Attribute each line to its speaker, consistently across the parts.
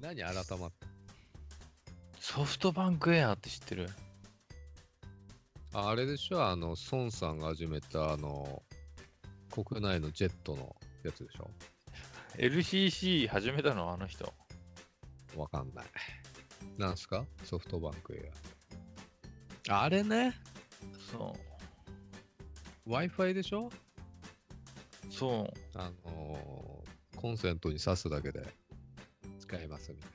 Speaker 1: 何改まっ
Speaker 2: ソフトバンクエアって知ってる
Speaker 1: たああれでしょあの、孫さんが始めた、あの、国内のジェットのやつでしょ
Speaker 2: ?LCC 始めたのあの人。
Speaker 1: わかんない。なんすかソフトバンクエア。あれね、
Speaker 2: そ
Speaker 1: Wi-Fi でしょ
Speaker 2: う。そう。
Speaker 1: あのーコンセントに挿すだけで使えますみたい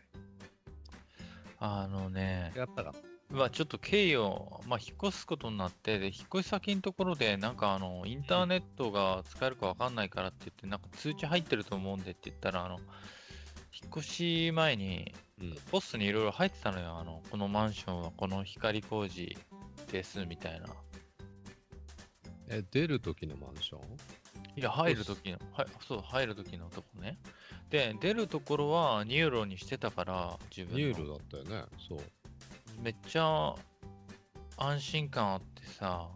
Speaker 2: あのね
Speaker 1: な。、やったか
Speaker 2: まあちょっと経緯を、まあ、引っ越すことになって、で、引っ越し先のところで、なんかあの、インターネットが使えるかわかんないからって言って、なんか通知入ってると思うんでって言ったら、あの、引っ越し前に、
Speaker 1: うん。
Speaker 2: ポストにいろいろ入ってたのよ。あの、このマンションはこの光工事です、みたいな。
Speaker 1: え、出る時のマンション
Speaker 2: いや、入る時の、はい、そう、入る時のとこね。で、出るところはニューロにしてたから、自分の
Speaker 1: ニューロだったよね。そう。
Speaker 2: めっちゃ安心感あってさ、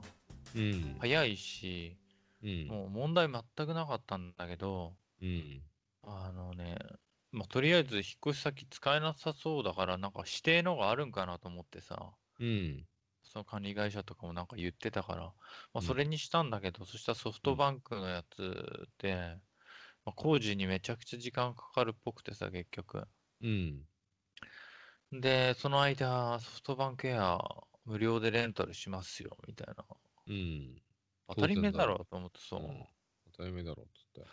Speaker 1: うん。
Speaker 2: 早いし、
Speaker 1: うん。
Speaker 2: もう問題全くなかったんだけど、
Speaker 1: うん。
Speaker 2: あのね、まあ、とりあえず引っ越し先使えなさそうだから、なんか指定のがあるんかなと思ってさ、
Speaker 1: うん。
Speaker 2: その管理会社とかもなんか言ってたから、ま
Speaker 1: う
Speaker 2: あ、
Speaker 1: ん
Speaker 2: それにしたんだけど、そしたらソフトバンクのやつで、まあ、工事にめちゃくちゃ時間かかるっぽくてさ、結局。
Speaker 1: うん。
Speaker 2: で、その間、ソフトバンクエア無料でレンタルしますよ、みたいな。
Speaker 1: うん。
Speaker 2: 当たり前だろ
Speaker 1: 当然
Speaker 2: うと思ってそう。
Speaker 1: うん当たり前だろっつって。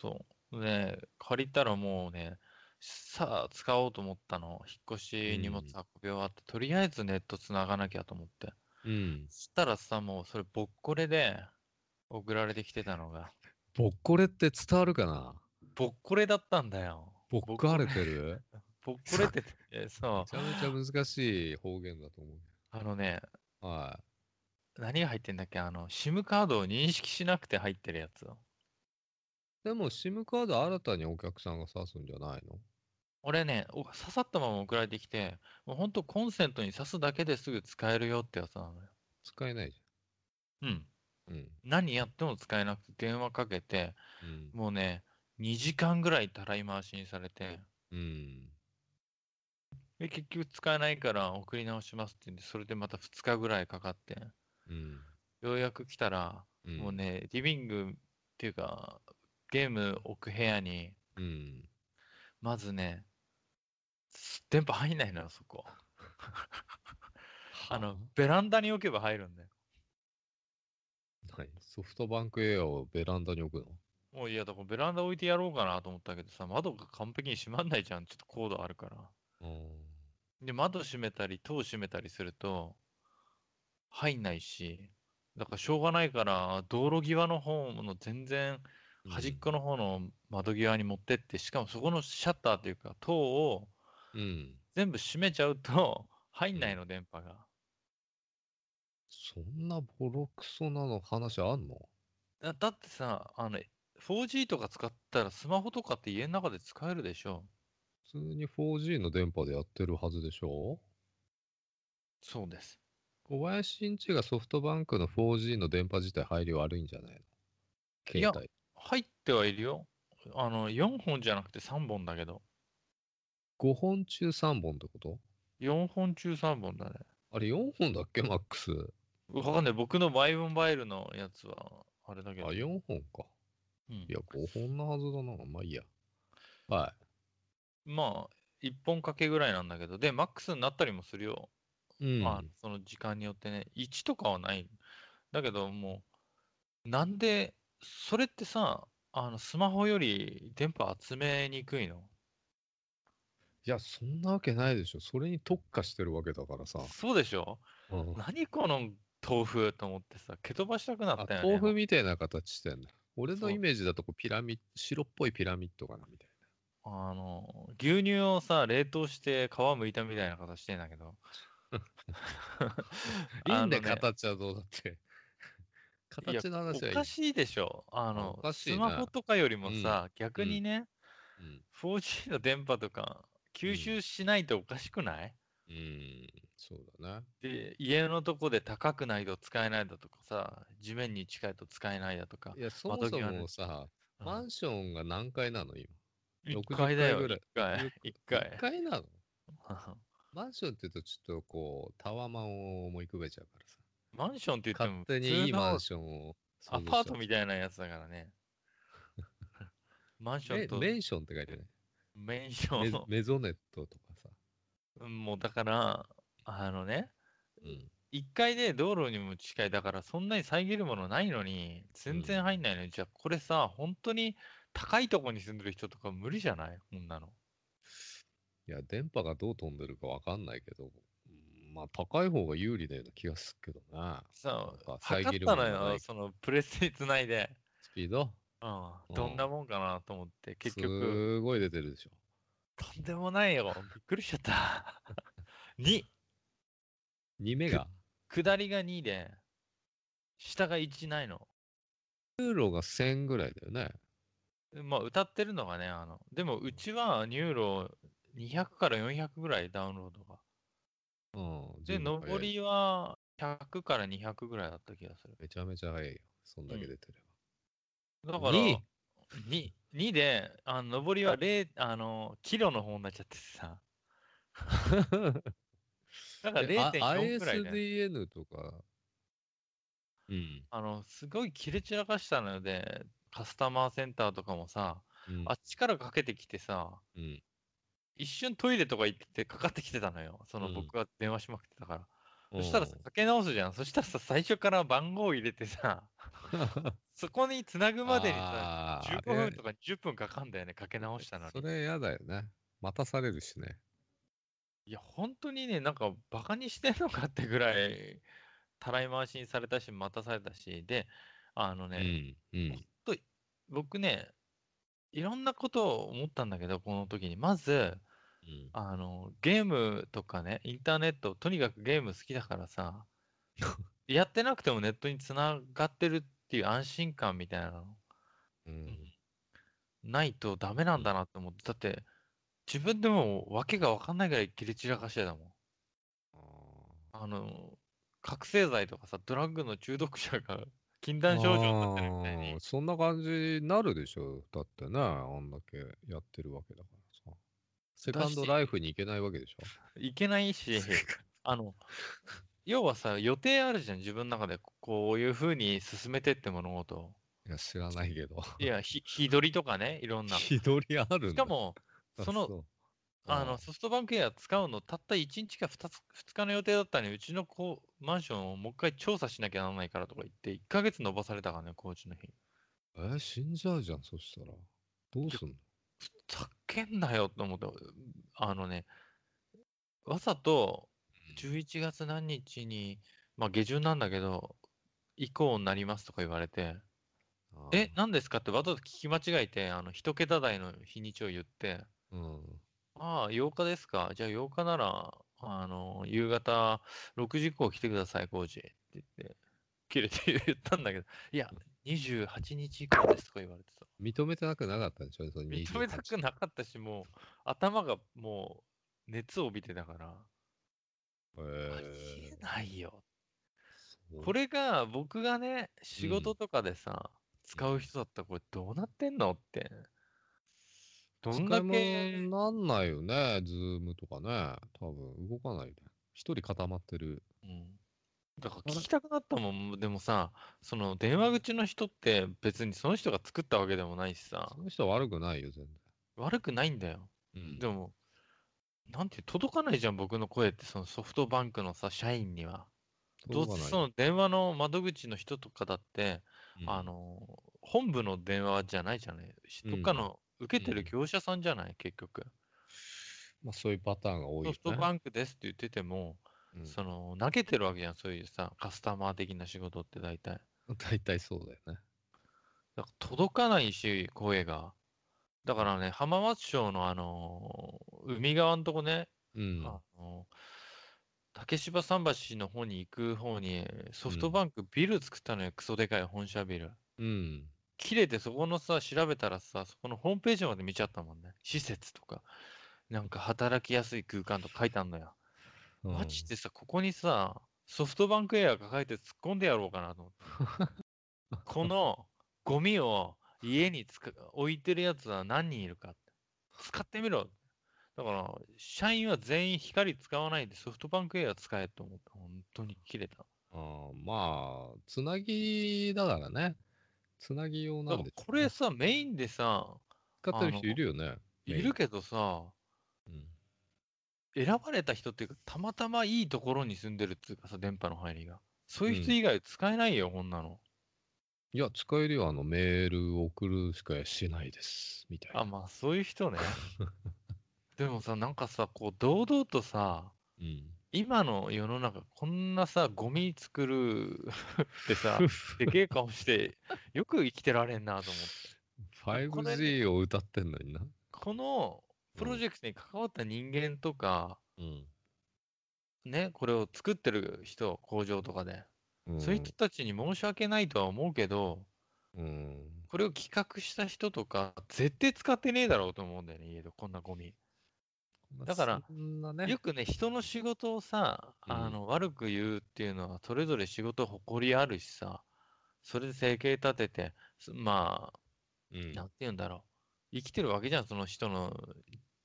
Speaker 2: そう。ね、借りたらもうね、さあ使おうと思ったの。引っ越し荷物運び終わって、とりあえずネット繋がなきゃと思って。
Speaker 1: うん。
Speaker 2: そしたらさ、もうそれぼっこれで送られてきてたのが、
Speaker 1: ぼっこれって伝わるかな
Speaker 2: ぼっこれだったんだよ。
Speaker 1: ぼっかれてる
Speaker 2: ぼっこれって、えそ
Speaker 1: めちゃめちゃ難しい方言だと思う。
Speaker 2: う。あのね、
Speaker 1: は
Speaker 2: 何が入ってんだっけあの、SIM カードを認識しなくて入ってるやつを。
Speaker 1: い。でも、SIM カード新たにお客さんが刺すんじゃないの
Speaker 2: 俺ね、お刺さったまま送られてきて、もうほんとコンセントに刺すだけですぐ使えるよってやつなのよ。
Speaker 1: 使えないじ
Speaker 2: うん。
Speaker 1: ゃん。うん。
Speaker 2: 何やっても使えなくて、電話かけて、
Speaker 1: うん。
Speaker 2: もうね、2時間ぐらいたらい回しにされて、
Speaker 1: うん。
Speaker 2: で結局使えないから送り直しますって言うんで、それでまた2日ぐらいかかって、
Speaker 1: うん。
Speaker 2: ようやく来たら、
Speaker 1: うん
Speaker 2: もう。ね、リビングっていうか、ゲーム置く部屋に、
Speaker 1: うん。
Speaker 2: まずね、電波入んないのよ、そこ。あの、ベランダに置けば入るんだよ。
Speaker 1: 何ソフトバンクエアをベランダに置くの
Speaker 2: もういや、だからベランダ置いてやろうかなと思ったけどさ、窓が完璧に閉まんないじゃん。ちょっとコードあるから。で、窓閉めたり、戸を閉めたりすると、入んないし、だからしょうがないから、道路際の方の全然
Speaker 1: うん
Speaker 2: 端っこの方の窓際に持ってって、しかもそこのシャッターというか、戸を
Speaker 1: うん。
Speaker 2: 全部閉めちゃうと、 入んないの、電波が。
Speaker 1: そんなボロクソなの話あんの
Speaker 2: だだってさ、あの、4G とか使ったらスマホとかって家の中で使えるでしょ
Speaker 1: 普通に 4G の電波でやってるはずでしょ
Speaker 2: そうです。
Speaker 1: 小林新地がソフトバンクの 4G の電波自体配慮悪いんじゃないの
Speaker 2: い
Speaker 1: 携
Speaker 2: や
Speaker 1: 帯。
Speaker 2: 入ってはいるよ。あの、4本じゃなくて3本だけど。
Speaker 1: 5本中3本ってこと
Speaker 2: 4本中3本だね。
Speaker 1: あれ4本だっけマックス。
Speaker 2: わかんない。僕のマイモバイルのやつは、あれだけ
Speaker 1: あ、
Speaker 2: ど。
Speaker 1: 4本か。
Speaker 2: うん
Speaker 1: いや、5本なはずだな。まあいいや。は
Speaker 2: まあ、1本かけぐらいなんだけど、で、マックスになったりもするよ。
Speaker 1: い。うん。
Speaker 2: まあ、その時間によってね。1とかはない。だけど、もう、なんで、それってさ、あの、スマホより電波集めにくいの
Speaker 1: いや、そんなわけないでしょ。それに特化してるわけだからさ。
Speaker 2: そうでしょ
Speaker 1: うん
Speaker 2: 何この豆腐と思ってさ、蹴飛ばしたくな
Speaker 1: あ
Speaker 2: ったよね。
Speaker 1: 豆腐みたいな形してんだ。俺
Speaker 2: そ
Speaker 1: の
Speaker 2: う
Speaker 1: イメージだとこうピラミッド、白っぽいピラミッドかなみたい
Speaker 2: あの、牛乳をさ、冷凍して皮むいたみたいな形してん だけど。
Speaker 1: な。いい
Speaker 2: あの
Speaker 1: んで、
Speaker 2: ね
Speaker 1: 形はどうだって。
Speaker 2: いや
Speaker 1: 形の話はい
Speaker 2: お
Speaker 1: い。
Speaker 2: かしいでしょ。あの
Speaker 1: お、かしい
Speaker 2: ス
Speaker 1: な
Speaker 2: マホとかよりもさ、逆にね、
Speaker 1: うん、
Speaker 2: 4G の電波とか吸収しないとおかしくない、
Speaker 1: うん、そうだね。
Speaker 2: で、家のとこで高くないと使えないだとかさ、地面に近いと使えないだとか
Speaker 1: い。や、そもそ
Speaker 2: 窓際ね
Speaker 1: もさ、
Speaker 2: うん
Speaker 1: マンションが何階なの今。
Speaker 2: 一
Speaker 1: 60
Speaker 2: 回だよ、
Speaker 1: 回ぐらい
Speaker 2: 一回。一回。
Speaker 1: 1階なのマンションって言うとちょっとこうタワマンを思い浮かべちゃうからさ。
Speaker 2: マンションって言っても
Speaker 1: 勝、手にいいマンションを
Speaker 2: アパートみ
Speaker 1: た
Speaker 2: たいなやつだか らね。マンションと
Speaker 1: メンションって書いてない。
Speaker 2: メンシ
Speaker 1: メ
Speaker 2: ョ
Speaker 1: メゾネットとかさ。
Speaker 2: ン。もうだから、あのね、
Speaker 1: うん。
Speaker 2: 1階で道路にも近いだからそんなに遮るものないのに全然入んないのに、じゃあこれさ本当に高いとこに住んでる人とか無理じゃないこんなの
Speaker 1: いや、電波がどう飛んでるかわかんないけど、うんまあ高い方が有利なような気がするけどな。
Speaker 2: さ
Speaker 1: なんか遮
Speaker 2: 測っ
Speaker 1: る
Speaker 2: た
Speaker 1: もの
Speaker 2: の
Speaker 1: がな
Speaker 2: よ
Speaker 1: い
Speaker 2: そのプレスにつないで、
Speaker 1: スピード
Speaker 2: うん、
Speaker 1: ん
Speaker 2: どんなもんかなと思って結局
Speaker 1: すごい出てるでしょ。
Speaker 2: とんでもないよびっくりしちゃった 2
Speaker 1: 2メガ。
Speaker 2: 下りが2で下が1ないの
Speaker 1: ユーロが1000ぐらいだよね。
Speaker 2: まあ歌ってるのがねあのでもうちはニューロ200から400ぐらいダウンロードが
Speaker 1: うん。十
Speaker 2: で、
Speaker 1: 分
Speaker 2: 上
Speaker 1: 早い
Speaker 2: りは100から200ぐらいだった気がする。
Speaker 1: めちゃめちゃ早いよ。そんだけ出てれ
Speaker 2: だから、
Speaker 1: に
Speaker 2: 2, 2で、あの上りは0、あの、キロの方になっちゃっ てさ。
Speaker 1: ば。
Speaker 2: だから
Speaker 1: えあ
Speaker 2: 0.4くらいで、
Speaker 1: ISDN とか、うん。
Speaker 2: あの、すごい切れ散らかしたので、カスタマーセンターとかもさ、
Speaker 1: うん
Speaker 2: あっちからかけてきてさ、
Speaker 1: うん
Speaker 2: 一瞬トイレとか行っててかかってきてたのよ。その
Speaker 1: うん
Speaker 2: 僕が電話しまくってたから。そしたらさ、かけ直すじゃん。そしたらさ、最初から番号を入れて さ、そこに繋ぐまでにさ、
Speaker 1: あー
Speaker 2: 15
Speaker 1: あ
Speaker 2: 分
Speaker 1: れ
Speaker 2: とか20分かかんだよね、かけ直したの
Speaker 1: そ
Speaker 2: に。
Speaker 1: れやだよね。待たされるしね。
Speaker 2: いや、本当にね、なんかバカにしてんのかってぐらい、たらい回しにされたし、待たされたし、で、あの
Speaker 1: う
Speaker 2: ね、
Speaker 1: ん。うん。
Speaker 2: 僕ね、いろんなことを思ったんだけど、この時に。まず、あの、ゲームとかね、インターネット、とにかくゲーム好きだからさ、やってなくてもネットにつながってるっていう安心感みたいなの
Speaker 1: うん。
Speaker 2: ないとダメなんだなって思って、だって自分でもわけがわかんないぐらい切れ散らかしてたもん。
Speaker 1: あ
Speaker 2: あの、覚醒剤とかさ、ドラッグの中毒者が禁断症状になってるみたいに
Speaker 1: ー、そんな感じになるでしょ。だってね、あんだけやってるわけだからさ。セカンドライフに行けないわけでしょ。
Speaker 2: いけないし、あの、要はさ、予定あるじゃん、自分の中で、こういう風に進めてって物事を。
Speaker 1: いや、知らないけど。
Speaker 2: いや、ひ、日取りとかね、いろんな。し
Speaker 1: 気取りあるんだ。
Speaker 2: かも、
Speaker 1: あ、
Speaker 2: そ の、
Speaker 1: う
Speaker 2: あの、、ソフトバンクエア使うの、たった1日か 2, つ2日の予定だったのに、うちのこうマンションをもう一回調査しなきゃならないからとか言って、1ヶ月延ばされたからね、工事の日。
Speaker 1: えー死んじゃうじゃん、そしたら。どうすんの
Speaker 2: ふざけんなよと思って、あのね、わざと11月何日に、まあ下旬なんだけど、以降になりますとか言われて、
Speaker 1: あー
Speaker 2: え、何ですかってわざと聞き間違えて、あの、一桁台の日にちを言って、
Speaker 1: うん。
Speaker 2: ああ、8日ですか。じゃあ8日なら、あの、夕方6時以降来てください、工事。って言って、切れて言ったんだけど、いや、28日以降ですとか言われてさ、
Speaker 1: 認めてなくなかったんでしょその
Speaker 2: 認めたくなかったし、もう、頭がもう、熱を帯びてたから、
Speaker 1: 28
Speaker 2: あ
Speaker 1: へ
Speaker 2: り
Speaker 1: え
Speaker 2: えないよ。
Speaker 1: そう
Speaker 2: これが、僕がね、仕事とかでさ、使う人だったら、これどうなってんのって。どんだ
Speaker 1: 使い
Speaker 2: け、
Speaker 1: 物になんないよね、ズームとかね。多分動かないよね。一人固まってる。
Speaker 2: うんだから聞きたくなったもん、でもさ、その電話口の人って別にその人が作ったわけでもないしさ
Speaker 1: そ、の人は悪くないよ、全
Speaker 2: 悪くないんだよ。
Speaker 1: 然。うん
Speaker 2: でも、なんていう届かないじゃん、僕の声って、そのソフトバンクのさ、社員には。どう
Speaker 1: し
Speaker 2: せその電話の窓口の人とかだって、あ、の、本部の電話じゃないじゃない。
Speaker 1: うん
Speaker 2: どっかの受けて
Speaker 1: う
Speaker 2: る
Speaker 1: ん
Speaker 2: 業者さんじゃない、結局。
Speaker 1: まあ、そういうパターンが多いよ
Speaker 2: ソ
Speaker 1: ね
Speaker 2: フ。トバンクですって言ってても、
Speaker 1: うん
Speaker 2: その、投げてるわけじゃん、そういうさ、カスタマー的な仕事って大体。
Speaker 1: 大体そうだよね。
Speaker 2: だから届かないし、声が。だからね、浜松町のあのー海側のとこね、
Speaker 1: うん。
Speaker 2: あのー竹芝桟橋の方に行く方に、ソフトバンクビル作ったのよ、クソでかい本社ビル。
Speaker 1: うん。
Speaker 2: 切れてそこのさ、調べたらさ、そこのホームページまで見ちゃったもんね。施設とか、なんか働きやすい空間とか書いてあんの
Speaker 1: うん
Speaker 2: よ。マジでさ、ここにさ、ソフトバンクエア抱えて突っ込んでやろうかなと思 って。このゴミを家につか置いてるやつは何人いるかって。使ってみろ。だから、社員は全員光使わないでソフトバンクエア使えと思った。本当に切れた。
Speaker 1: あーまあ、つなぎだからね。つなぎ用
Speaker 2: だ
Speaker 1: な
Speaker 2: か
Speaker 1: ん
Speaker 2: ら
Speaker 1: で
Speaker 2: これさ、メインでさ、
Speaker 1: 使ってる人いるよね。
Speaker 2: い
Speaker 1: メイン
Speaker 2: るけどさ、
Speaker 1: うん
Speaker 2: 選ばれた人っていうか、たまたまいいところに住んでるっていうかさ、電波の入りが。そういう人以外使えないよ、こんなの。
Speaker 1: いや、使えるよ。あの、メール送るしかしないです。みたいな。
Speaker 2: あ、まあ、そういう 人ね。でもさ、なんかさ、こう、堂々とさ、
Speaker 1: うん。
Speaker 2: 今の世の中、こんなさ、ゴミ 作るってさ、でけえ顔して、よく生きてられんなと思って。これ
Speaker 1: 5G を歌ってんのにな。
Speaker 2: このプロジェクトに関わった人間とか、
Speaker 1: うん。
Speaker 2: ね、これを作ってる人、工場とかで、
Speaker 1: うん
Speaker 2: そういう人たちに申し訳ないとは思うけど、
Speaker 1: うん。
Speaker 2: これを企画した人とか、絶対使ってねえだろうと思うんだよね、家で、こんなゴミ。だから
Speaker 1: そんなね
Speaker 2: よくね、人の仕事をさ、
Speaker 1: うん
Speaker 2: あの、悪く言うっていうのは、それぞれ仕事誇りあるしさ、それで生計立てて、すまあ、
Speaker 1: うん
Speaker 2: なんて言うんだろう。生きてるわけじゃん、その人の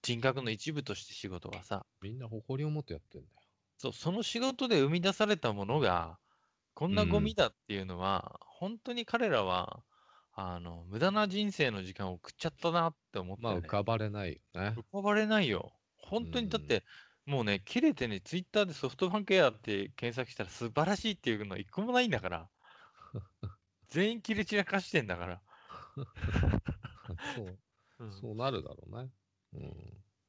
Speaker 2: 人格の一部として仕事はさ。
Speaker 1: みんな誇りを持ってやってんだ よ。
Speaker 2: そう、その仕事で生み出されたものが、こんなゴ
Speaker 1: う
Speaker 2: ミだっていうのは、本当に彼らは、あの、無駄な人生の時間を送っちゃったなって思った
Speaker 1: まあ、
Speaker 2: よ
Speaker 1: 浮
Speaker 2: ね。
Speaker 1: かばれないよ ね。
Speaker 2: 浮かばれないよ。本当
Speaker 1: う
Speaker 2: に、
Speaker 1: ん
Speaker 2: だって、もうね、切れてね、ツイッターでソフトバンクエアって検索したら素晴らしいっていうの一個もないんだから。 全員切れ散らかしてんだから。
Speaker 1: そう、
Speaker 2: うん
Speaker 1: そうなるだろうね。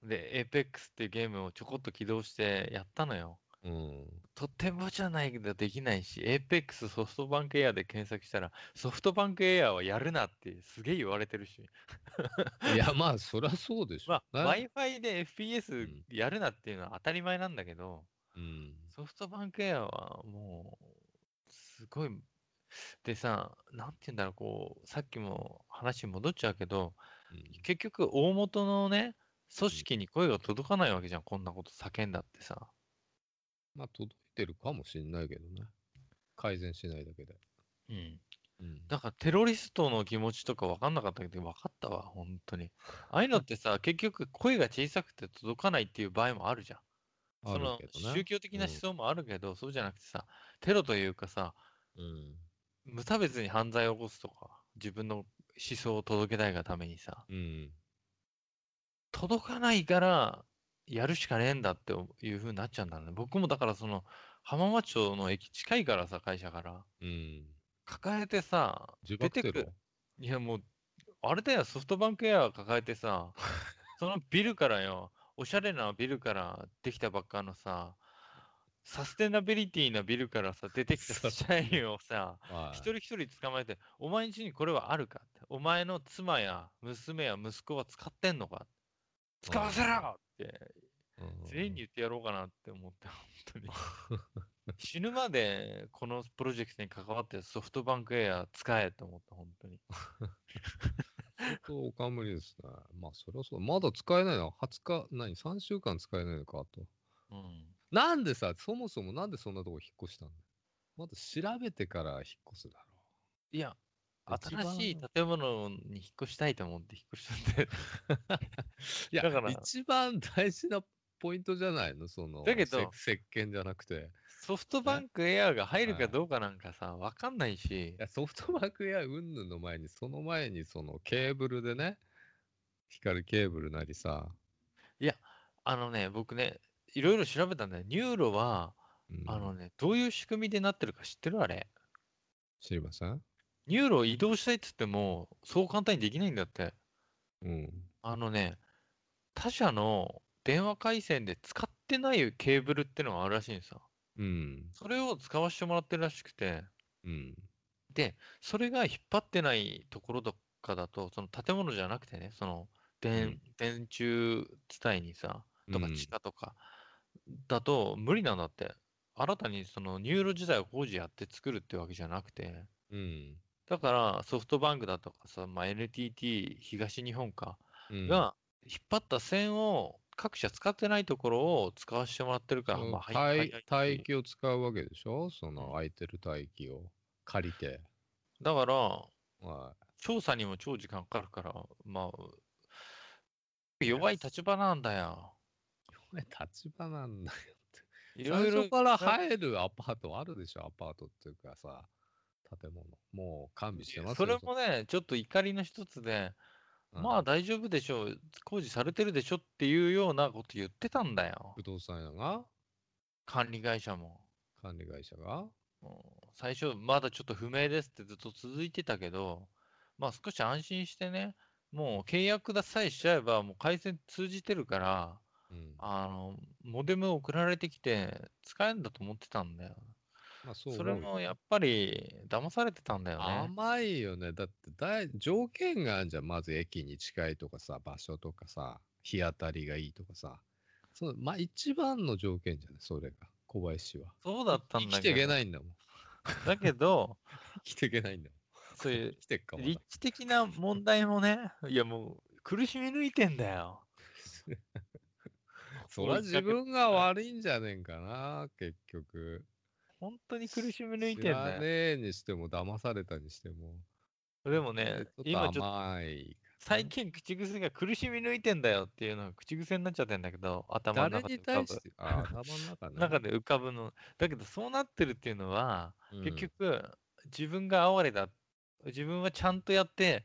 Speaker 2: で、エーペックスっていうゲームをちょこっと起動してやったのよ。
Speaker 1: うん。うん。
Speaker 2: とてもじゃないけどできないし、エーペックスソフトバンクエアで検索したら、ソフトバンクエアはやるなってすげえ言われてるし。
Speaker 1: いや、まあ、そりゃそうでしょ
Speaker 2: ま
Speaker 1: う
Speaker 2: あ、
Speaker 1: ね。
Speaker 2: Wi-Fi で FPS
Speaker 1: うん
Speaker 2: やるなっていうのは当たり前なんだけど、
Speaker 1: うん。
Speaker 2: ソフトバンクエアはもう、すごい、でさ、なんて言うんだろう、こう、さっきも話に戻っちゃうけど、
Speaker 1: うん
Speaker 2: 結局、大元のね、組織に声が届かないわけじゃん、こんなこと叫んだってさ。
Speaker 1: まあ、届いてるかもしんないけどね。改善しないだけで。
Speaker 2: うん。
Speaker 1: うん。
Speaker 2: だから、テロリストの気持ちとか分かんなかったけど、分かったわ、本当に。ああいうのっ てさ、結局、声が小さくて届かないっていう場合もあるじゃん。
Speaker 1: あ
Speaker 2: そ
Speaker 1: る
Speaker 2: の
Speaker 1: けど
Speaker 2: 宗
Speaker 1: ね。
Speaker 2: 教的な思想もあるけど、そうじゃなくてさ、テロというかさ、
Speaker 1: うん。
Speaker 2: 無差別に犯罪を起こすとか、自分の思想を届けたいがためにさ、
Speaker 1: うん。
Speaker 2: 届かないからやるしかねえんだっていう風になっちゃうんだろうね。僕もだからその浜松町の駅近いからさ、会社から。
Speaker 1: うん。
Speaker 2: 抱えてさ、
Speaker 1: 自爆テ
Speaker 2: 出て
Speaker 1: ロ
Speaker 2: くいやもう、あれだよ、ソフトバンクエア抱えてさ、そのビルからよ、おしゃれなビルからできたばっかのさ、サステナビリティなビルからさ、出てきた社員をさ、
Speaker 1: はい
Speaker 2: 一人一人捕まえて、お前ん家にこれはあるかって、お前の妻や娘や息子は使ってんのか使わせろって、
Speaker 1: うん
Speaker 2: 全員に言ってやろうかなって思って、本当に。 死ぬまでこのプロジェクトに関わってるソフトバンクエア使えと思った、本当に。
Speaker 1: そう、おかむりですね。まあ、それはそう。まだ使えないのは20日、何 ?3 週間使えないのか、あと。
Speaker 2: うん。
Speaker 1: なんでさ、そもそもなんでそんなとこ引っ越したんだまず調べてから引っ越すだ
Speaker 2: いや、
Speaker 1: ろう。
Speaker 2: 新しい
Speaker 1: 一番
Speaker 2: 建物に引っ越したいと思って引っ越したん で。
Speaker 1: いや、
Speaker 2: だから
Speaker 1: 一番大事なポイントじゃないのその、
Speaker 2: だけど
Speaker 1: せ石鹸じゃなくて。
Speaker 2: ソフトバンクエアが入るかどうかなんかさ、わかんないし
Speaker 1: い、やソフトバンクやうんぬんの前に、その前にそのケーブルでね、光るケーブルなりさ、
Speaker 2: あのね、僕ね、いろいろ調べたんだよ。ニューロは、
Speaker 1: うん
Speaker 2: あのね、どういう仕組みでなってるか知ってるあれ。
Speaker 1: 知りません
Speaker 2: ニューロを移動したいっつっても、そう簡単にできないんだって。
Speaker 1: うん。
Speaker 2: あのね、他社の電話回線で使ってないケーブルってのがあるらしいんですよ。
Speaker 1: うん。
Speaker 2: それを使わせてもらってるらしくて、
Speaker 1: うん。
Speaker 2: で、それが引っ張ってないところとかだと、その建物じゃなくてね、その電、
Speaker 1: うん
Speaker 2: 電柱伝いにさ、とか
Speaker 1: うん
Speaker 2: 地下とかだと無理なんだって。新たにそのニューロ自体を工事やって作るってわけじゃなくて、
Speaker 1: うん。
Speaker 2: だからソフトバンクだとかさ、まあ、NTT 東日本か
Speaker 1: うん、
Speaker 2: が引っ張った線を各社使ってないところを使わせてもらってるから、
Speaker 1: うん
Speaker 2: まあは
Speaker 1: 帯
Speaker 2: い、
Speaker 1: 帯
Speaker 2: 域
Speaker 1: 域を使うわけでしょその空いてる帯域を借り て。
Speaker 2: だから
Speaker 1: は
Speaker 2: 調査にも超時間かかるから、まあ、僕弱い立場なんだよ。
Speaker 1: お前立場なんだよって。
Speaker 2: いろ
Speaker 1: 最
Speaker 2: いろ
Speaker 1: 初から入るアパートあるでしょ、アパートっていうかさ、建物。もう完備してます
Speaker 2: そ
Speaker 1: よ
Speaker 2: れもね、ちょっと怒りの一つで、
Speaker 1: うん
Speaker 2: まあ大丈夫でしょう、工事されてるでしょっていうようなこと言ってたんだよ
Speaker 1: 不。動産屋が、
Speaker 2: 管理会社も。
Speaker 1: 管理会社が、
Speaker 2: うん最初、まだちょっと不明ですってずっと続いてたけど、まあ少し安心してね、もう契約ださえしちゃえば、もう回線通じてるから、
Speaker 1: うん、
Speaker 2: あの、モデム送られてきて、使えるんだと思ってたんだよ。
Speaker 1: まあそう
Speaker 2: それ
Speaker 1: 思うよ
Speaker 2: もやっぱり、騙されてたんだよね。
Speaker 1: 甘いよね。だってだい条件があるじゃん。まず駅に近いとかさ、場所とかさ、日当たりがいいとかさ。そのまあ一番の条件じゃない、それが。小林は。
Speaker 2: そうだったんだ
Speaker 1: 生きてい
Speaker 2: け
Speaker 1: け
Speaker 2: ど、
Speaker 1: ないんだもん。
Speaker 2: だけ ど、
Speaker 1: 生きていけないんだもん。
Speaker 2: そういう
Speaker 1: 生きてっかもな。
Speaker 2: 立地的な問題もね、いやもう苦しみ抜いてんだよ。
Speaker 1: そりゃ自分が悪いんじゃねえんかな、結局。
Speaker 2: 本当に苦しみ抜い
Speaker 1: 知
Speaker 2: てん
Speaker 1: ら
Speaker 2: だ
Speaker 1: ね
Speaker 2: よ。
Speaker 1: えにしても、騙されたにしても。
Speaker 2: でもね、
Speaker 1: ちょ
Speaker 2: 今
Speaker 1: っ
Speaker 2: ち
Speaker 1: と
Speaker 2: ょっと
Speaker 1: 甘い。
Speaker 2: 最近口癖が苦しみ抜いてんだよっていうのが口癖になっちゃってんだけど、頭の
Speaker 1: 誰
Speaker 2: 中で
Speaker 1: に
Speaker 2: 浮か
Speaker 1: 対
Speaker 2: ぶ
Speaker 1: して、あ、頭の中 ね。
Speaker 2: 中で浮かぶの。だけどそうなってるっていうのは、
Speaker 1: うん
Speaker 2: 結局自分が哀れだ。自分はちゃんとやって、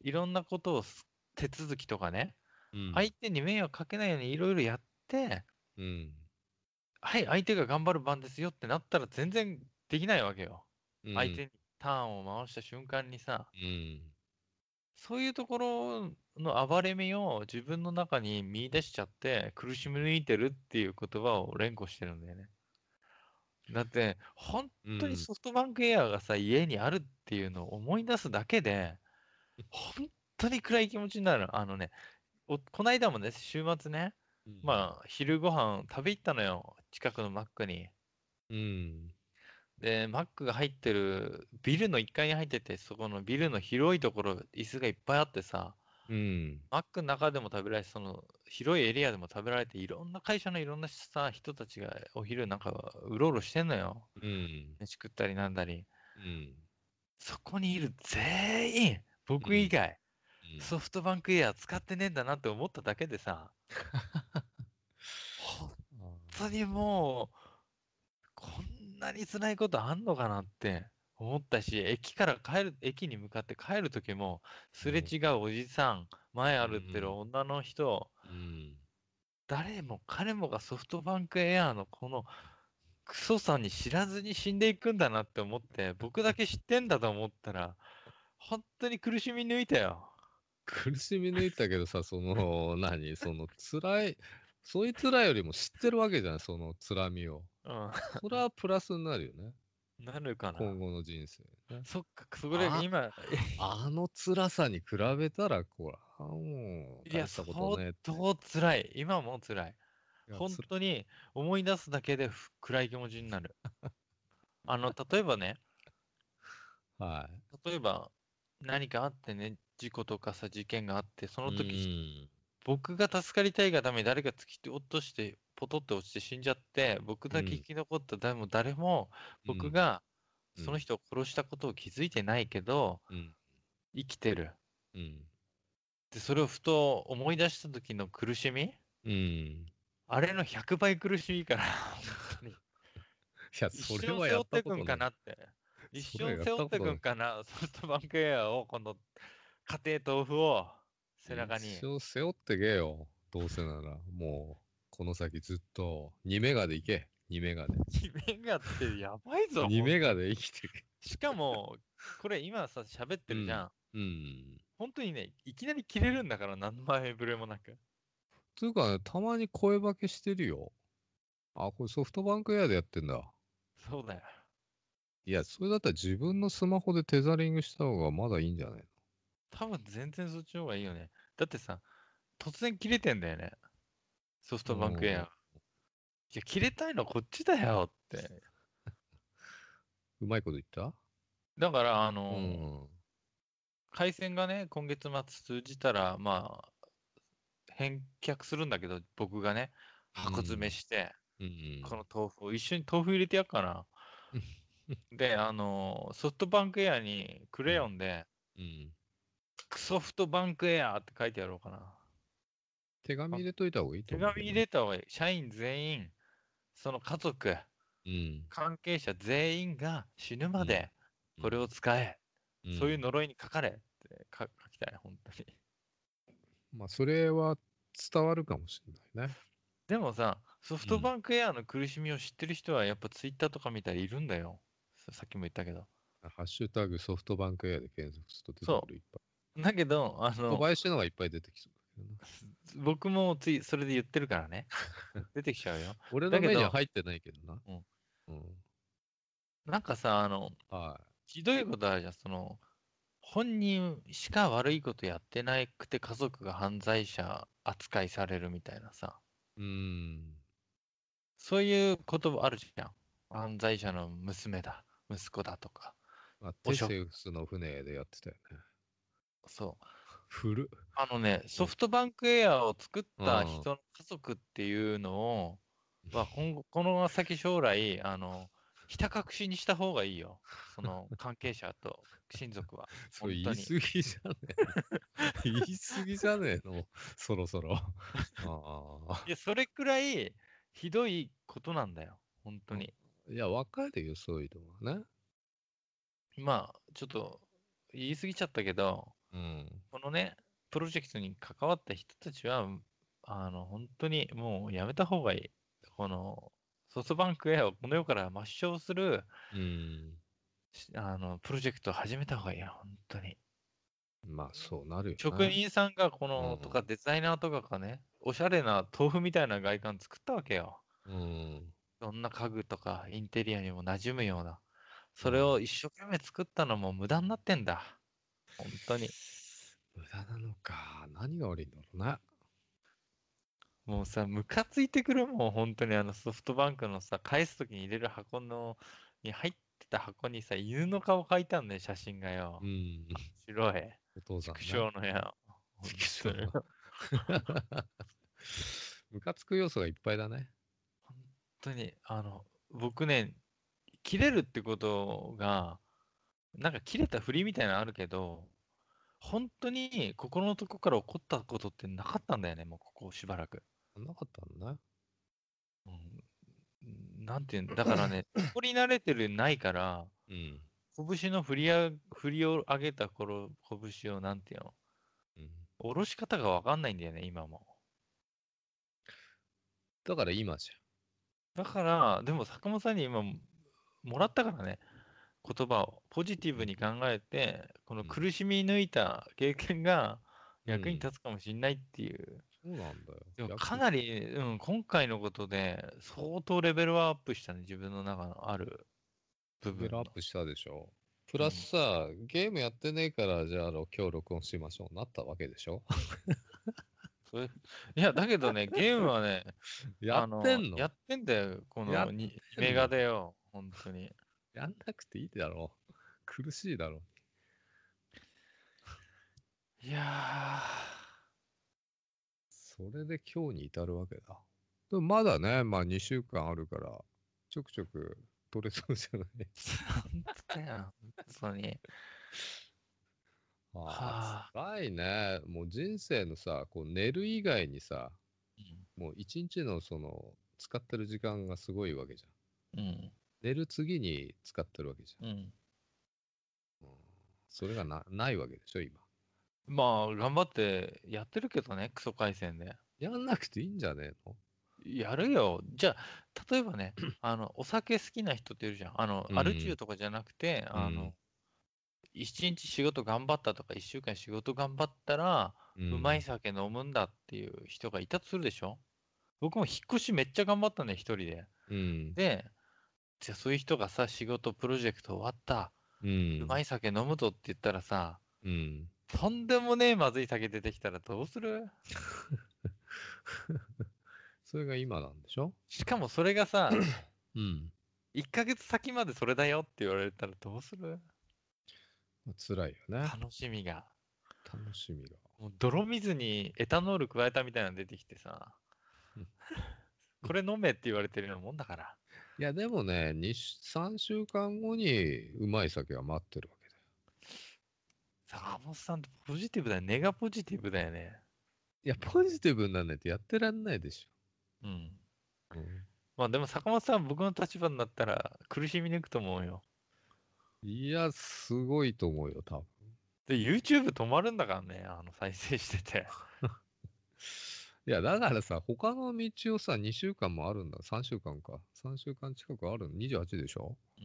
Speaker 2: いろんなことをす手続きとかね、
Speaker 1: うん
Speaker 2: 相手に迷惑かけないようにいろいろやって、
Speaker 1: うん。
Speaker 2: はい、相手が頑張る番ですよってなったら全然できないわけよ。
Speaker 1: うん
Speaker 2: 相手にターンを回した瞬間にさ、
Speaker 1: うん。
Speaker 2: そういうところの暴れみを自分の中に見出しちゃって、苦しみ抜いてるっていう言葉を連呼してるんだよね。だって、本
Speaker 1: 本
Speaker 2: 当にソフトバンクエアがさ、家にあるっていうのを思い出すだけで、本当に暗い気持ちになる。あのね、おこの間もね、週末ね、まあ、昼ご飯食べ行ったのよ、近くのマックに。
Speaker 1: うん、うん。
Speaker 2: で、マックが入ってる、ビルの1階に入ってて、そこのビルの広いところ、椅子がいっぱいあってさ、
Speaker 1: うん。
Speaker 2: マックの中でも食べられて、その広いエリアでも食べられて、いろんな会社のいろんなさ、人たちがお昼なんかうろうろしてんのよ。
Speaker 1: うん。
Speaker 2: 飯食ったりなんだり。
Speaker 1: うん。
Speaker 2: そこにいる全員、僕以外、ソフトバンクエア使ってねえんだなって思っただけでさ、本当にもう、こんなに辛いことあんのかなって思ったし、駅から帰る、駅に向かって帰る時も、すれ違うおじさん、前歩いてる
Speaker 1: うん
Speaker 2: 女の人、
Speaker 1: うん。
Speaker 2: 誰も彼もがソフトバンクエアのこのクソさに知らずに死んでいくんだなって思って、僕だけ知ってんだと思ったら、本当に苦しみ抜いたよ。
Speaker 1: 苦しみ抜いたけどさ、その、何、その、辛い、そういう辛いよりも知ってるわけじゃない、その辛みを。
Speaker 2: うん、
Speaker 1: それはプラスになるよね、
Speaker 2: なるかな。
Speaker 1: 今後の人生ね。
Speaker 2: そっか、そこで
Speaker 1: あ
Speaker 2: 今、
Speaker 1: あの辛さに比べたら、こら、もう、
Speaker 2: いや、
Speaker 1: 大した
Speaker 2: 相
Speaker 1: ことねえって。
Speaker 2: 当辛い。今も辛い。
Speaker 1: いや
Speaker 2: 本
Speaker 1: つら
Speaker 2: 当に思い出すだけでふ暗い気持ちになる。あの、例えばね、
Speaker 1: は
Speaker 2: 例えば何かあってね、事故とかさ、事件があって、そ
Speaker 1: い。
Speaker 2: の時、
Speaker 1: 時、
Speaker 2: 僕が助かりたいがために誰か突き落として、ポトって落ちて死んじゃって、僕だけ
Speaker 1: うん
Speaker 2: 生き残った、誰も誰も
Speaker 1: う
Speaker 2: 僕
Speaker 1: ん
Speaker 2: が
Speaker 1: うん
Speaker 2: その人を殺したことを気づいてないけど、
Speaker 1: うん。
Speaker 2: 生きてる。
Speaker 1: うん。
Speaker 2: で、それをふと思い出した時の苦しみ
Speaker 1: うん。
Speaker 2: あれの100倍苦しいから、
Speaker 1: いや、
Speaker 2: 一
Speaker 1: そ
Speaker 2: 生
Speaker 1: れは
Speaker 2: 背
Speaker 1: や
Speaker 2: 負
Speaker 1: っ
Speaker 2: って
Speaker 1: た
Speaker 2: く
Speaker 1: こと
Speaker 2: んか
Speaker 1: な。
Speaker 2: ないって。一
Speaker 1: それ
Speaker 2: 生
Speaker 1: は
Speaker 2: 背
Speaker 1: やったこ
Speaker 2: 負っ
Speaker 1: と
Speaker 2: てくんかな、ソフトバンクエアを、この家庭豆腐を背中に。
Speaker 1: 一生背負ってけよ。どうせなら、もう、この先ずっと、2メガでいけ。2メガで。
Speaker 2: 夢がってやばいぞ。
Speaker 1: 2メ
Speaker 2: も
Speaker 1: ガで生きてけ。
Speaker 2: うしかも、これ今さ、喋ってるじゃん。
Speaker 1: うん。
Speaker 2: 本当にね、いきなり切れるんだから、何の前触れもなく。
Speaker 1: というかね、たまに声化けしてるよ。あ、これソフトバンクエアでやってんだ。
Speaker 2: そうだよ。
Speaker 1: いや、それだったら自分のスマホでテザリングした方がまだいいんじゃない
Speaker 2: 多分全然そっちの方がいいよね。だってさ、突然切れてんだよね。ソフトバンクエア
Speaker 1: うん
Speaker 2: が。いや、切れたいのはこっちだよって。
Speaker 1: うまいこと言った
Speaker 2: だから、あ
Speaker 1: う
Speaker 2: のー、
Speaker 1: ん。
Speaker 2: 回線がね、今月末通じたら、まあ、返却するんだけど、僕がね、箱詰めして、
Speaker 1: うん。
Speaker 2: この豆腐を一緒に豆腐入れてやっかな。で、あのーソフトバンクエアにクレヨンで、
Speaker 1: うん。
Speaker 2: クソフトバンクエアって書いてやろうかな。
Speaker 1: 手紙入れといた方がいいと
Speaker 2: 手
Speaker 1: 思う。
Speaker 2: 紙入れた方がいい。社員全員、その家族、
Speaker 1: うん。
Speaker 2: 関係者全員が死ぬまで
Speaker 1: うん
Speaker 2: これを使え、
Speaker 1: ん
Speaker 2: そういう呪いにかかれってか書きたい、本当に。
Speaker 1: まあ、それは伝わるかもしれないね。
Speaker 2: でもさ、ソフトバンクエアの苦しみを知ってる人はやっぱツイッターとか見たらいるんだよ。ささっきも言ったけど。
Speaker 1: ハッシュタグソフトバンクエアで検索すると出てくるいっぱい。
Speaker 2: だけど、あ
Speaker 1: 小
Speaker 2: の、
Speaker 1: 林のがいっぱい出てきそうだけどな。
Speaker 2: 僕もついそれで言ってるか らね。出てきちゃうよ。
Speaker 1: 俺の
Speaker 2: だけ
Speaker 1: 目
Speaker 2: ど
Speaker 1: には入ってないけどな。
Speaker 2: うん
Speaker 1: うん。
Speaker 2: なんかさ、あの、
Speaker 1: は
Speaker 2: ひどいことあるじゃん。その、本人しか悪いことやってなくて家族が犯罪者扱いされるみたいなさ。
Speaker 1: い。うん。
Speaker 2: そういう言葉あるじゃん。犯罪者の娘だ、息子だとか。
Speaker 1: まあ、
Speaker 2: お
Speaker 1: テ
Speaker 2: しょ
Speaker 1: セウスの船でやってたよね。
Speaker 2: そう。
Speaker 1: 古っ。
Speaker 2: あのね、ソフトバンクエアを作った
Speaker 1: うん
Speaker 2: 人の家族っていうのを、まあ、今後、この先将来、あの、ひた隠しにした方がいいよ。その 関係者と親族は。
Speaker 1: それ言
Speaker 2: 本
Speaker 1: い
Speaker 2: 当に
Speaker 1: 過ぎじゃねえ 言い過ぎじゃねえのそろそろ。ああ。
Speaker 2: いや、それくらいひどいことなんだよ。本当に。
Speaker 1: いや、わかるよ、そういうのはね。
Speaker 2: まあ、ちょっと言い過ぎちゃったけど、
Speaker 1: うん。
Speaker 2: このね、プロジェクトに関わった人たちは、あの、本当にもうやめた方がいい。この、ソフトバンクエアをこの世から抹消する、
Speaker 1: うん。
Speaker 2: しあの、プロジェクトを始めた方がいいよ、本当に。
Speaker 1: まあ、そうなるよな。
Speaker 2: 職人さんがこの、
Speaker 1: うん
Speaker 2: とかデザイナーとかがね、おしゃれな豆腐みたいな外観作ったわけよ。
Speaker 1: うん。
Speaker 2: どんな家具とかインテリアにも馴染むような。それを一生懸命作ったのも無駄になってんだ。本当に。
Speaker 1: 無駄なのか。何が悪いんだろうな。
Speaker 2: もうさ、ムカついてくるもん、本当にあのソフトバンクのさ、返すときに入れる箱の、に入ってた箱にさ、犬の顔描いたんだよ、写真がよ
Speaker 1: う。ん。
Speaker 2: 白い。
Speaker 1: お父さん
Speaker 2: 畜
Speaker 1: な。
Speaker 2: 生のよ。本当に
Speaker 1: 畜生な ムカつく要素がいっぱいだね。
Speaker 2: 本当に、あの、僕ね、切れるってことが、なんか切れたふりみたいなのあるけど、本当に心のとこから起こったことってなかったんだよね、もうここしばらく。
Speaker 1: なかったんだな。
Speaker 2: うん、なんていうんだか らね、怒り慣れてるないから、
Speaker 1: うん。
Speaker 2: 拳の振りあ振りを上げた頃、拳をなんていうの、
Speaker 1: うん、
Speaker 2: 下ろし方がわかんないんだよね、今も。
Speaker 1: だから今じ
Speaker 2: だから、でも坂本さんに今、もらったからね、言葉をポジティブに考えて、この
Speaker 1: うん
Speaker 2: 苦しみ抜いた経験が
Speaker 1: うん
Speaker 2: 役に立つかもしれないっていう。
Speaker 1: ゃん。そうなんだよ。
Speaker 2: でも
Speaker 1: 逆
Speaker 2: かなり、うん、今回のことで相当レベルはアップしたね、自分の中のある部
Speaker 1: レベ
Speaker 2: 分
Speaker 1: ルア
Speaker 2: の
Speaker 1: ッ。プしたでしょ。プラスさ、ゲームやってねえから、じゃあろ今日録音しましょう。なったわけでしょ
Speaker 2: それいや、だけ どね、ゲームはね、
Speaker 1: やってんの
Speaker 2: やってんだよ、こ
Speaker 1: やっ
Speaker 2: の
Speaker 1: てんの
Speaker 2: にメガでよ、本当に。
Speaker 1: やんなくていいだろう。苦しいだろ
Speaker 2: いや
Speaker 1: それで今日に至るわけだ。でもまだね、まあ2週間あるから、ちょくちょく取れそうじゃない
Speaker 2: ー、本当だよ、本当に。
Speaker 1: ああ、辛いね。もう人生のさ、こう寝る以外にさ、もう一日のその、使ってる時間がすごいわけじゃん。
Speaker 2: うん、
Speaker 1: 寝る次に使ってるわけじゃん。
Speaker 2: うん。
Speaker 1: それがなないわけでしょ、今。
Speaker 2: まあ、頑張ってやってるけどね、クソ回線で。
Speaker 1: やんなくていいんじゃねえの
Speaker 2: やるよ。じゃあ、例えば ね、あの、お酒好きな人っているじゃん。あの、
Speaker 1: うん
Speaker 2: アルチューとかじゃなくて、あ
Speaker 1: うん
Speaker 2: の、一日仕事頑張ったとか、一週間仕事頑張ったら、
Speaker 1: う
Speaker 2: うまい酒飲むんだっていう人がいたとするでしょ僕も引っ越しめっちゃ頑張ったね、一人で。
Speaker 1: うん。
Speaker 2: で、じゃあそういう人がさ、仕事プロジェクト終わった、
Speaker 1: うん
Speaker 2: うまい酒飲むぞって言ったらさ、
Speaker 1: うん。
Speaker 2: とんでもねえまずい酒出てきたらどうする
Speaker 1: それが今なんでしょ
Speaker 2: しかもそれ がさ、
Speaker 1: うん。
Speaker 2: 1ヶ月先までそれだよって言われたらどうする
Speaker 1: まあ辛いよね。
Speaker 2: 楽しみが。
Speaker 1: 楽しみが。
Speaker 2: もう泥水にエタノール加えたみたいなの出てきてさ
Speaker 1: うん、
Speaker 2: これ飲めって言われてるようなもんだから。
Speaker 1: いや、でもね、にし3週間後にうまい酒が待ってるわけだよ。
Speaker 2: 坂本さんってポジティブだよ。根がポジティブだよね。
Speaker 1: いや、ポジティブになんないとやってらんないでし
Speaker 2: うん。
Speaker 1: ょ。
Speaker 2: まあでも坂本さん、僕の立場になったら苦しみ抜くと思うよ。
Speaker 1: いや、すごいと思うよ、多分。
Speaker 2: で、YouTube 止まるんだからね、あの再生してて。
Speaker 1: いや、だからさ、他の道をさ、2週間もあるんだ。3週間か。3週間近くあるの。28でしょ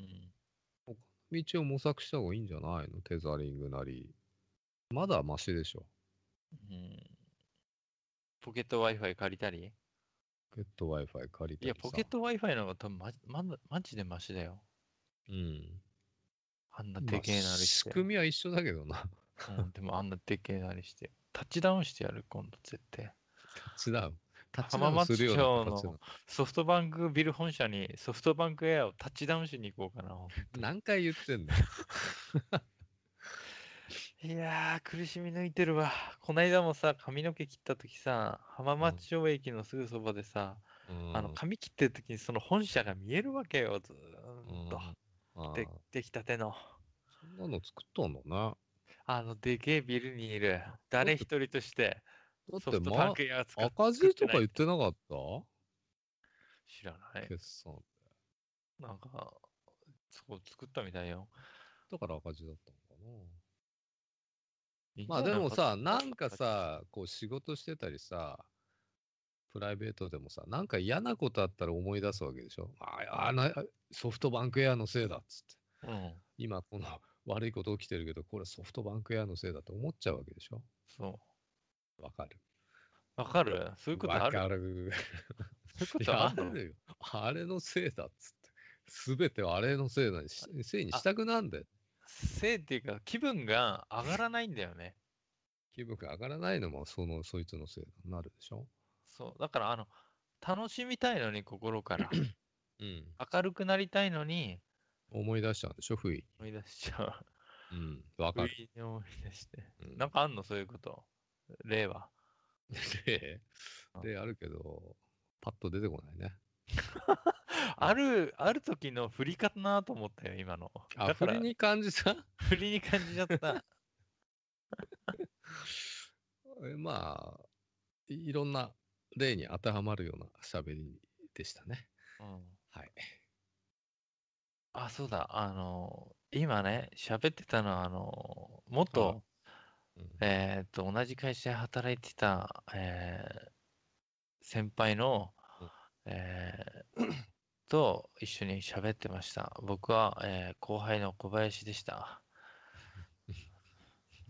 Speaker 2: うん。
Speaker 1: 道を模索した方がいいんじゃないのテザリングなり。まだマシでしょ。
Speaker 2: うん、ポケット Wi-Fi 借りたり
Speaker 1: ポケット Wi-Fi 借りたり
Speaker 2: いや、
Speaker 1: さ。
Speaker 2: ポケット Wi-Fi の方が多分ま、まだ、マジでマシだよ。
Speaker 1: うん。
Speaker 2: あんなでけえなり
Speaker 1: まあ
Speaker 2: し
Speaker 1: 仕
Speaker 2: て。
Speaker 1: 組みは一緒だけどな。
Speaker 2: うん、でもあんなでけえなりして。タッチダウンしてやる、今度絶対。
Speaker 1: タッチダウン。タッチダ
Speaker 2: 浜
Speaker 1: ウン
Speaker 2: 松
Speaker 1: する
Speaker 2: 町
Speaker 1: ような形
Speaker 2: のソフトバンクビル本社にソフトバンクエアをタッチダウンしに行こうかな。
Speaker 1: な。何回言ってんだ よ。
Speaker 2: いやー、苦しみ抜いてるわ。こないだもさ、髪の毛切った時さ、浜松町駅のすぐそばでさ、あの髪切ってる時にその本社が見えるわけよ、ずーっと。
Speaker 1: うん、あー
Speaker 2: で、できたての。
Speaker 1: そんなの作ったんだな。
Speaker 2: あの、でけえビルにいる。誰一人として、
Speaker 1: だ
Speaker 2: ソフ
Speaker 1: って、
Speaker 2: トバ
Speaker 1: ま
Speaker 2: ンクやつ
Speaker 1: 赤字とか言ってなかった
Speaker 2: 知らない。
Speaker 1: 決算。
Speaker 2: なんか、そこ作ったみたいよ。
Speaker 1: だから赤字だったのかな。
Speaker 2: いいん
Speaker 1: まあ
Speaker 2: じゃ
Speaker 1: で
Speaker 2: い
Speaker 1: もさ、
Speaker 2: パ
Speaker 1: な
Speaker 2: チ
Speaker 1: んか、さ、こう仕事してたりさ、プライベートでもさ、なんか嫌なことあったら思い出すわけでしょ。ああな、ソフトバンクエアのせいだっつって。
Speaker 2: パチうん、
Speaker 1: 今この 悪いこと起きてるけど、これソフトバンクエアのせいだって思っちゃうわけでしょ。
Speaker 2: そ
Speaker 1: わかる。
Speaker 2: う。わかるそういうことある
Speaker 1: わかる。
Speaker 2: そういうこ
Speaker 1: い
Speaker 2: と
Speaker 1: や
Speaker 2: あ
Speaker 1: あ
Speaker 2: るの
Speaker 1: るよ。あれのせいだっつって。すべてはあれのせいなしせいにしたくなんだよ。
Speaker 2: せいっていうか、気分が上がらないんだよね。
Speaker 1: 気分が上がらないのも、その、そいつのせいになるでしょ。
Speaker 2: そう。だから、あの、楽しみたいのに 心から、
Speaker 1: うん。
Speaker 2: 明るくなりたいのに、
Speaker 1: 思い出しちゃうんでしょ、不意。
Speaker 2: 思い出しちゃ
Speaker 1: う
Speaker 2: う。
Speaker 1: ん。わか
Speaker 2: 不
Speaker 1: る。
Speaker 2: 意に思い出して。
Speaker 1: うん
Speaker 2: なんかあんのそういうこと。例は。
Speaker 1: で、で、あるけど、パッと出てこないね。
Speaker 2: ある、ある時の振り方なと思ったよ、今の。
Speaker 1: あ、
Speaker 2: だ
Speaker 1: 振
Speaker 2: から
Speaker 1: りに感じた
Speaker 2: 振りに感じちゃった。
Speaker 1: えまあ、いろんな例に当てはまるような喋りでしたね。
Speaker 2: うん
Speaker 1: はい。
Speaker 2: あ、そうだ、あの、今ね、喋ってたのは、あの、元、
Speaker 1: うん
Speaker 2: えーっと、同じ会社で働いてた、えー先輩の
Speaker 1: うん、
Speaker 2: えーと一緒に喋ってました。僕は、えー後輩の小林でした。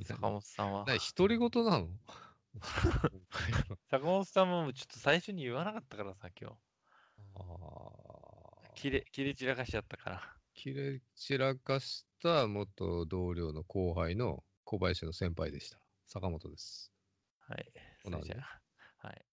Speaker 2: 坂本さんは。
Speaker 1: な、独り言なの
Speaker 2: 坂本さんもちょっと最初に言わなかったからさ、今日。
Speaker 1: あー
Speaker 2: 切れ、切れ散らかしちゃったから。
Speaker 1: 切れ散らかした元同僚の後輩の小林の先輩でした。坂本です。
Speaker 2: はい。
Speaker 1: 同
Speaker 2: それ
Speaker 1: じ
Speaker 2: じゃあはい。